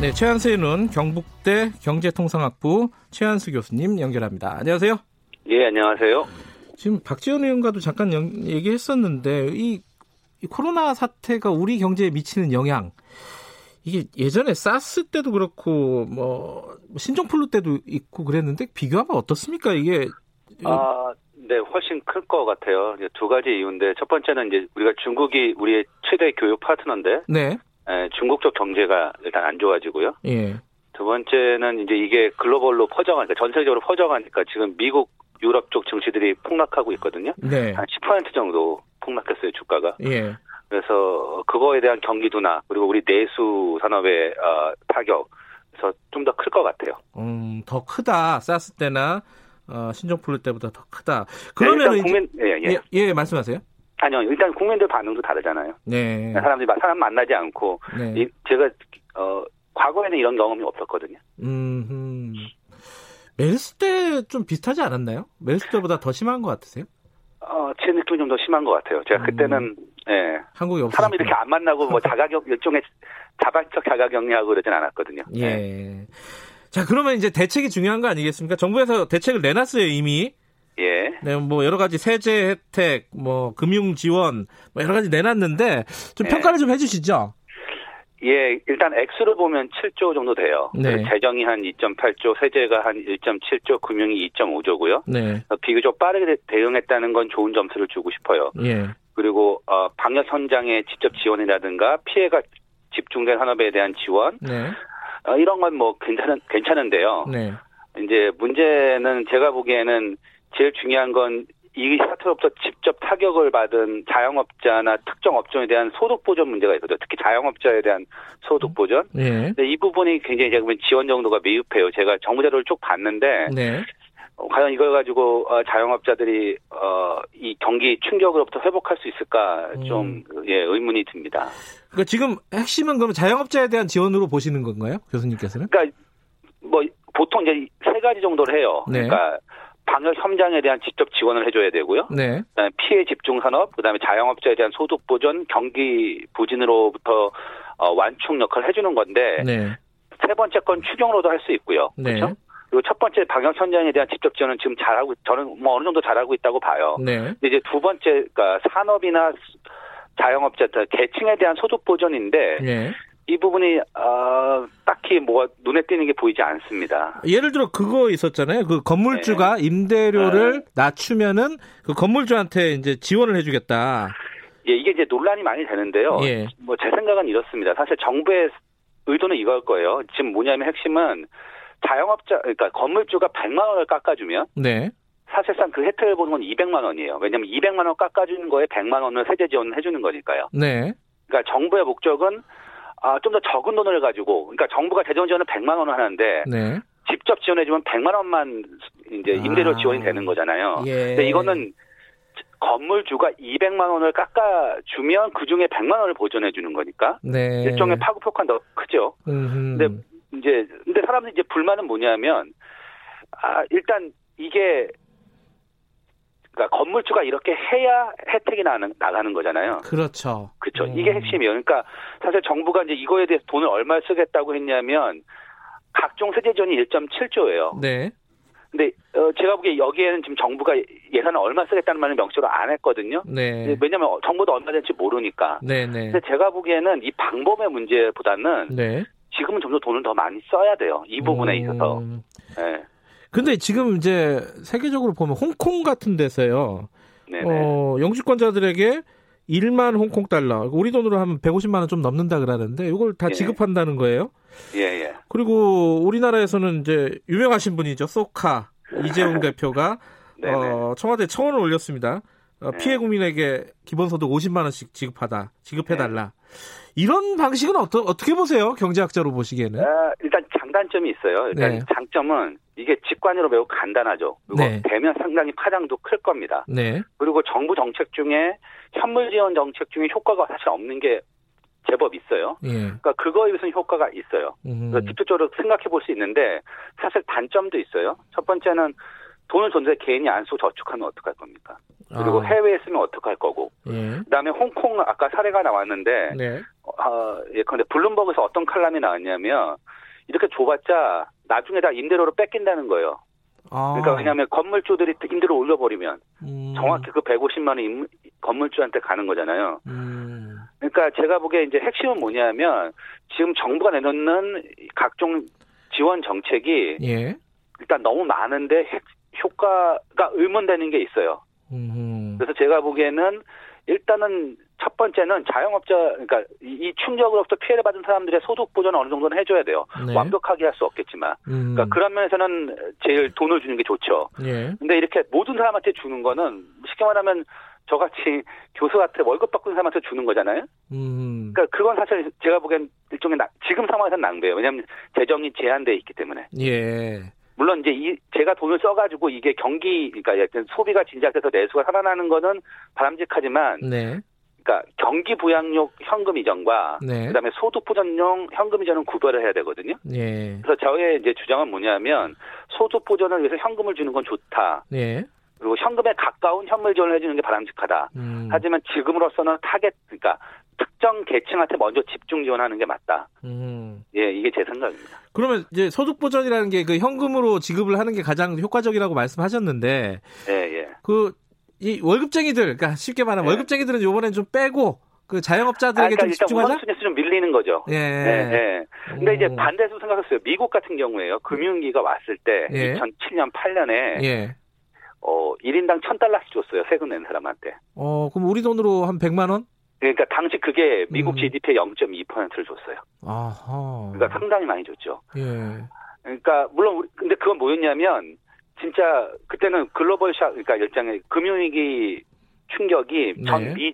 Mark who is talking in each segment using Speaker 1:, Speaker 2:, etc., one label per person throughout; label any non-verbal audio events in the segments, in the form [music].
Speaker 1: 네, 최한수의 눈 경북대 경제통상학부 최한수 교수님 연결합니다. 안녕하세요.
Speaker 2: 예, 안녕하세요.
Speaker 1: 지금 박지원 의원과도 잠깐 연- 얘기했었는데 이, 이 코로나 사태가 우리 경제에 미치는 영향 이게 예전에 사스 때도 그렇고 뭐 신종플루 때도 있고 그랬는데 비교하면 어떻습니까? 이게
Speaker 2: 아, 네, 훨씬 클 것 같아요. 이제 두 가지 이유인데 첫 번째는 이제 우리가 중국이 우리의 최대 교육 파트너인데
Speaker 1: 네,
Speaker 2: 에, 중국 쪽 경제가 일단 안 좋아지고요.
Speaker 1: 예,
Speaker 2: 두 번째는 이제 이게 글로벌로 퍼져가니까 전 세계적으로 퍼져가니까 지금 미국, 유럽 쪽 증시들이 폭락하고 있거든요.
Speaker 1: 네,
Speaker 2: 한 10% 정도 폭락했어요 주가가.
Speaker 1: 예,
Speaker 2: 그래서 그거에 대한 경기 둔화 그리고 우리 내수 산업의 어, 타격. 그래서 좀 더 클 것 같아요.
Speaker 1: 음, 더 크다 사스 때나 어, 신종플루 때보다 더 크다.
Speaker 2: 네,
Speaker 1: 그러면
Speaker 2: 일단 국민 예, 예.
Speaker 1: 예, 예, 말씀하세요.
Speaker 2: 아니요 일단 국민들 반응도 다르잖아요. [laughs]
Speaker 1: 네,
Speaker 2: 사람들이 마- 사람 만나지 않고
Speaker 1: 네.
Speaker 2: 이- 제가 어, 과거에는 이런 경험이 없었거든요.
Speaker 1: 음, 멜스 때 좀 비슷하지 않았나요? 멜스 때보다 더 심한 것 같으세요?
Speaker 2: 어, 제 느낌이 좀 더 심한 것 같아요. 제가
Speaker 1: 음.
Speaker 2: 그때는 예,
Speaker 1: 한국이 없어.
Speaker 2: 사람이 이렇게 안 만나고 뭐 자가격 일종의 자발적 자가격리하고 그러진 않았거든요. 예.
Speaker 1: 예. 자, 그러면 이제 대책이 중요한 거 아니겠습니까? 정부에서 대책을 내놨어요, 이미.
Speaker 2: 예.
Speaker 1: 네, 뭐 여러 가지 세제 혜택, 뭐 금융 지원, 뭐 여러 가지 내놨는데 좀
Speaker 2: 네.
Speaker 1: 평가를 좀 해주시죠.
Speaker 2: 예, 일단 액수로 보면 7조 정도 돼요.
Speaker 1: 네.
Speaker 2: 그래서 재정이 한 2.8조, 세제가 한 1.7조, 금융이 2.5조고요. 어,
Speaker 1: 네,
Speaker 2: 비교적 빠르게 대- 대응했다는 건 좋은 점수를 주고 싶어요.
Speaker 1: 예,
Speaker 2: 그리고 어, 방역 현장의 직접 지원이라든가 피해가 집중된 산업에 대한 지원
Speaker 1: 네,
Speaker 2: 어, 이런 건 뭐 괜찮은 괜찮은데요.
Speaker 1: 네,
Speaker 2: 이제 문제는 제가 보기에는 제일 중요한 건 이 사태로부터 직접 타격을 받은 자영업자나 특정 업종에 대한 소득 보전 문제가 있거든요. 특히 자영업자에 대한 소득 보전.
Speaker 1: 예,
Speaker 2: 근데 이 부분이 굉장히 제가 보면 지원 정도가 미흡해요. 제가 정부 자료를 쭉 봤는데
Speaker 1: 네,
Speaker 2: 어, 과연 이걸 가지고 어, 자영업자들이 어, 이 경기 충격으로부터 회복할 수 있을까 좀 예, 의문이 듭니다.
Speaker 1: 그러니까 지금 핵심은 그럼 자영업자에 대한 지원으로 보시는 건가요, 교수님께서는?
Speaker 2: 그러니까 뭐 보통 이제 세 가지 정도를 해요.
Speaker 1: 네.
Speaker 2: 그러니까 방역 현장에 대한 직접 지원을 해줘야 되고요.
Speaker 1: 네,
Speaker 2: 그다음에 피해 집중 산업, 그다음에 자영업자에 대한 소득 보전, 경기 부진으로부터 어, 완충 역할을 해주는 건데
Speaker 1: 네,
Speaker 2: 세 번째 건 추경으로도 할 수 있고요.
Speaker 1: 네,
Speaker 2: 그렇죠? 그리고 첫 번째 방역 현장에 대한 직접 지원은 지금 잘하고 저는 뭐 어느 정도 잘하고 있다고 봐요.
Speaker 1: 네,
Speaker 2: 근데 이제 두 번째 가 산업이나 자영업자 계층에 대한 소득 보전인데
Speaker 1: 네.
Speaker 2: 이 부분이 아, 딱히 뭐가 눈에 띄는 게 보이지 않습니다.
Speaker 1: 예를 들어 그거 있었잖아요. 그 건물주가
Speaker 2: 네.
Speaker 1: 임대료를 낮추면은 그 건물주한테 이제 지원을 해주겠다.
Speaker 2: 예, 이게 이제 논란이 많이 되는데요.
Speaker 1: 예.
Speaker 2: 뭐 제 생각은 이렇습니다. 사실 정부의 의도는 이걸 거예요. 지금 뭐냐면 핵심은 자영업자 그러니까 건물주가 100만 원을 깎아주면
Speaker 1: 네.
Speaker 2: 사실상 그 혜택을 보는 건 200만 원이에요. 왜냐하면 200만 원 깎아주는 거에 100만 원을 세제 지원을 해주는 거니까요.
Speaker 1: 네.
Speaker 2: 그러니까 정부의 목적은 아, 좀 더 적은 돈을 가지고 그러니까 정부가 재정 지원을 100만 원을 하는데
Speaker 1: 네.
Speaker 2: 직접 지원해주면 100만 원만 이제 임대료
Speaker 1: 아.
Speaker 2: 지원이 되는 거잖아요.
Speaker 1: 예.
Speaker 2: 근데 이거는 건물주가 200만 원을 깎아주면 그 중에 100만 원을 보전해 주는 거니까
Speaker 1: 네.
Speaker 2: 일종의 파급 네. 효과는 더 크죠.
Speaker 1: 음흠.
Speaker 2: 근데 이제 근데 사람들이 이제 불만은 뭐냐면 아 일단 이게 그러니까 건물주가 이렇게 해야 혜택이 나는 나가는 거잖아요.
Speaker 1: 그렇죠.
Speaker 2: 그렇죠.
Speaker 1: 음.
Speaker 2: 이게 핵심이에요. 그러니까 사실 정부가 이제 이거에 대해서 돈을 얼마 쓰겠다고 했냐면 각종 세제 지원이 1.7조예요.
Speaker 1: 네.
Speaker 2: 근데 어, 제가 보기에 여기에는 지금 정부가 예산을 얼마 쓰겠다는 말을 명시로 안 했거든요.
Speaker 1: 네.
Speaker 2: 왜냐하면 정부도 얼마 될지 모르니까.
Speaker 1: 네. 네.
Speaker 2: 근데 제가 보기에는 이 방법의 문제보다는
Speaker 1: 네.
Speaker 2: 지금은 좀 더 돈을 더 많이 써야 돼요. 이 부분에 있어서.
Speaker 1: 음.
Speaker 2: 네.
Speaker 1: 근데 지금 이제 세계적으로 보면 홍콩 같은 데서요.
Speaker 2: 네네.
Speaker 1: 어, 영주권자들에게 1만 홍콩 달러. 우리 돈으로 하면 150만 원 좀 넘는다 그러는데 이걸 다
Speaker 2: 예.
Speaker 1: 지급한다는 거예요.
Speaker 2: 예, 예.
Speaker 1: 그리고 우리나라에서는 이제 유명하신 분이죠. 소카 이재용 대표가
Speaker 2: [laughs] 네네.
Speaker 1: 어, 청와대 청원을 올렸습니다. 어,
Speaker 2: 네. 네.
Speaker 1: 피해 국민에게 기본소득 50만 원씩 지급하다, 지급해달라. 이런 방식은 어떠, 어떻게 보세요? 경제학자로 보시기에는.
Speaker 2: 아, 일단 장단점이 있어요.
Speaker 1: 네.
Speaker 2: 일단 장점은 이게 직관으로 매우 간단하죠. 그리고
Speaker 1: 네.
Speaker 2: 되면 상당히 파장도 클 겁니다.
Speaker 1: 네.
Speaker 2: 그리고 정부 정책 중에 현물 지원 정책 중에 효과가 사실 없는 게 제법 있어요.
Speaker 1: 예.
Speaker 2: 그러니까 그거에 비해서는 효과가 있어요.
Speaker 1: 음.
Speaker 2: 그러니까 직접적으로 생각해 볼 수 있는데 사실 단점도 있어요. 첫 번째는 돈을 존재 개인이 안 쓰고 저축하면 어떡할 겁니까? 그리고
Speaker 1: 아,
Speaker 2: 해외에 쓰면 어떡할 거고.
Speaker 1: 예.
Speaker 2: 그다음에 홍콩 아까 사례가 나왔는데
Speaker 1: 네.
Speaker 2: 어, 예, 근데 블룸버그에서 어떤 칼럼이 나왔냐면 이렇게 좁았자 나중에 다 임대료로 뺏긴다는 거예요.
Speaker 1: 아.
Speaker 2: 그러니까 왜냐하면 건물주들이 임대료 올려버리면
Speaker 1: 음.
Speaker 2: 정확히 그 150만 원 임- 건물주한테 가는 거잖아요.
Speaker 1: 음.
Speaker 2: 그러니까 제가 보기에 이제 핵심은 뭐냐면 지금 정부가 내놓는 각종 지원 정책이
Speaker 1: 예.
Speaker 2: 일단 너무 많은데 핵- 효과가 의문되는 게 있어요.
Speaker 1: 음.
Speaker 2: 그래서 제가 보기에는 일단은 첫 번째는 자영업자 그러니까 이- 이 충격으로부터 피해를 받은 사람들의 소득 보전을 어느 정도는 해줘야 돼요.
Speaker 1: 네.
Speaker 2: 완벽하게 할 수 없겠지만
Speaker 1: 음.
Speaker 2: 그러니까 그 그런 면에서는 제일 돈을 주는 게 좋죠.
Speaker 1: 예.
Speaker 2: 근데 이렇게 모든 사람한테 주는 거는 쉽게 말하면 저같이 교수한테 월급 받는 사람한테 주는 거잖아요.
Speaker 1: 음.
Speaker 2: 그러니까 그건 사실 제가 보기엔 일종의 나- 지금 상황에서는 낭비예요. 왜냐하면 재정이 제한돼 있기 때문에.
Speaker 1: 예.
Speaker 2: 물론 이제 이 제가 돈을 써가지고 이게 경기 그러니까 약간 소비가 진작돼서 내수가 살아나는 거는 바람직하지만
Speaker 1: 네.
Speaker 2: 그러니까 경기 부양용 현금 이전과
Speaker 1: 네.
Speaker 2: 그다음에 소득 보전용 현금 이전은 구별을 해야 되거든요.
Speaker 1: 예.
Speaker 2: 그래서 저의 이제 주장은 뭐냐면 소득 보전을 위해서 현금을 주는 건 좋다.
Speaker 1: 예.
Speaker 2: 그리고 현금에 가까운 현물 지원을 해주는 게 바람직하다.
Speaker 1: 음.
Speaker 2: 하지만 지금으로서는 타겟 그러니까 특정 계층한테 먼저 집중 지원하는 게 맞다.
Speaker 1: 음.
Speaker 2: 예, 이게 제 생각입니다.
Speaker 1: 그러면 이제 소득 보전이라는 게 그 현금으로 지급을 하는 게 가장 효과적이라고 말씀하셨는데
Speaker 2: 예, 예.
Speaker 1: 그 이 월급쟁이들 그러니까 쉽게 말하면
Speaker 2: 네.
Speaker 1: 월급쟁이들은 요번엔 좀 빼고 그 자영업자들에게
Speaker 2: 그러니까
Speaker 1: 좀
Speaker 2: 일단
Speaker 1: 집중하자.
Speaker 2: 우선순위에서 좀 밀리는 거죠.
Speaker 1: 예.
Speaker 2: 예, 예. 근데 이제
Speaker 1: 음.
Speaker 2: 반대에서 생각했어요. 미국 같은 경우에요. 금융위기가 왔을 때
Speaker 1: 예.
Speaker 2: 2007년 8년에
Speaker 1: 예.
Speaker 2: 어 1인당 1000달러씩 줬어요. 세금 낸 사람한테.
Speaker 1: 어, 그럼 우리 돈으로 한 100만 원?
Speaker 2: 그러니까 당시 그게 미국
Speaker 1: 음.
Speaker 2: GDP의 0.2%를 줬어요.
Speaker 1: 아하.
Speaker 2: 그러니까 상당히 많이 줬죠.
Speaker 1: 예.
Speaker 2: 그러니까 물론 우리- 근데 그건 뭐였냐면 진짜 그때는 글로벌 샥 그러니까 일종의 금융위기 충격이
Speaker 1: 네.
Speaker 2: 전 미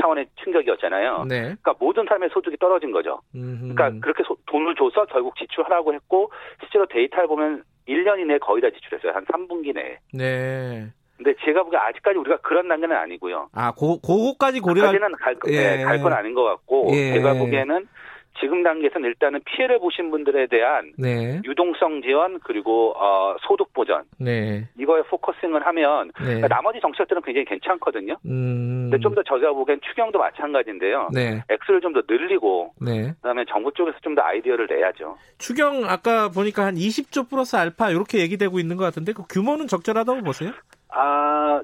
Speaker 2: 차원의 충격이었잖아요.
Speaker 1: 네.
Speaker 2: 그러니까 모든 사람의 소득이 떨어진 거죠.
Speaker 1: 음.
Speaker 2: 그러니까 그렇게 소- 돈을 줘서 결국 지출하라고 했고 실제로 데이터를 보면 1년 이내에 거의 다 지출했어요. 한 3분기 내에.
Speaker 1: 네.
Speaker 2: 근데 제가 보기엔 아직까지 우리가 그런 단계는 아니고요.
Speaker 1: 아, 고 고거까지 고려할
Speaker 2: 아직은 갈, 거-
Speaker 1: 예.
Speaker 2: 네, 갈건 아닌 것 같고
Speaker 1: 예.
Speaker 2: 제가 보기에는 지금 단계에서는 일단은 피해를 보신 분들에 대한
Speaker 1: 네.
Speaker 2: 유동성 지원 그리고 어, 소득 보전
Speaker 1: 네.
Speaker 2: 이거에 포커싱을 하면
Speaker 1: 네.
Speaker 2: 그러니까 나머지 정책들은 굉장히 괜찮거든요.
Speaker 1: 음.
Speaker 2: 근데 좀 더 저희가 보기엔 추경도 마찬가지인데요.
Speaker 1: 네.
Speaker 2: 액수를 좀 더 늘리고
Speaker 1: 네.
Speaker 2: 그다음에 정부 쪽에서 좀 더 아이디어를 내야죠.
Speaker 1: 추경 아까 보니까 한 20조 플러스 알파 이렇게 얘기되고 있는 것 같은데 그 규모는 적절하다고 보세요?
Speaker 2: 아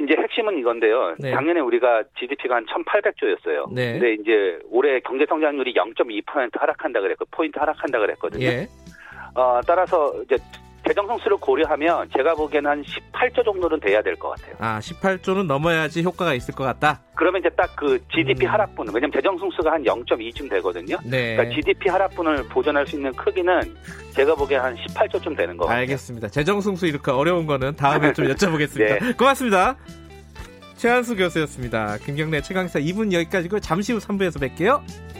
Speaker 2: 이제 핵심은 이건데요.
Speaker 1: 네.
Speaker 2: 작년에 우리가 GDP가 한 1,800조였어요.
Speaker 1: 네.
Speaker 2: 근데 이제 올해 경제 성장률이 0.2% 하락한다 그랬고 포인트 하락한다 그랬거든요.
Speaker 1: 예.
Speaker 2: 어, 따라서 이제 재정 성수를 고려하면 제가 보기에는 한 18조 정도는 돼야 될 것 같아요.
Speaker 1: 아, 18조는 넘어야지 효과가 있을 것 같다.
Speaker 2: 그러면 이제 딱 그 GDP
Speaker 1: 음.
Speaker 2: 하락분, 왜냐면 재정 성수가 한 0.2쯤 되거든요.
Speaker 1: 네.
Speaker 2: 그러니까 GDP 하락분을 보전할 수 있는 크기는 제가 보기에 한 18조쯤 되는 거 같아요.
Speaker 1: 알겠습니다. 재정승수 이렇게 어려운 거는
Speaker 2: [laughs]
Speaker 1: 다음에 좀 여쭤보겠습니다.
Speaker 2: 네.
Speaker 1: 고맙습니다. 최한수 교수였습니다. 김경래 최강사 2분 여기까지고 잠시 후 3부에서 뵐게요.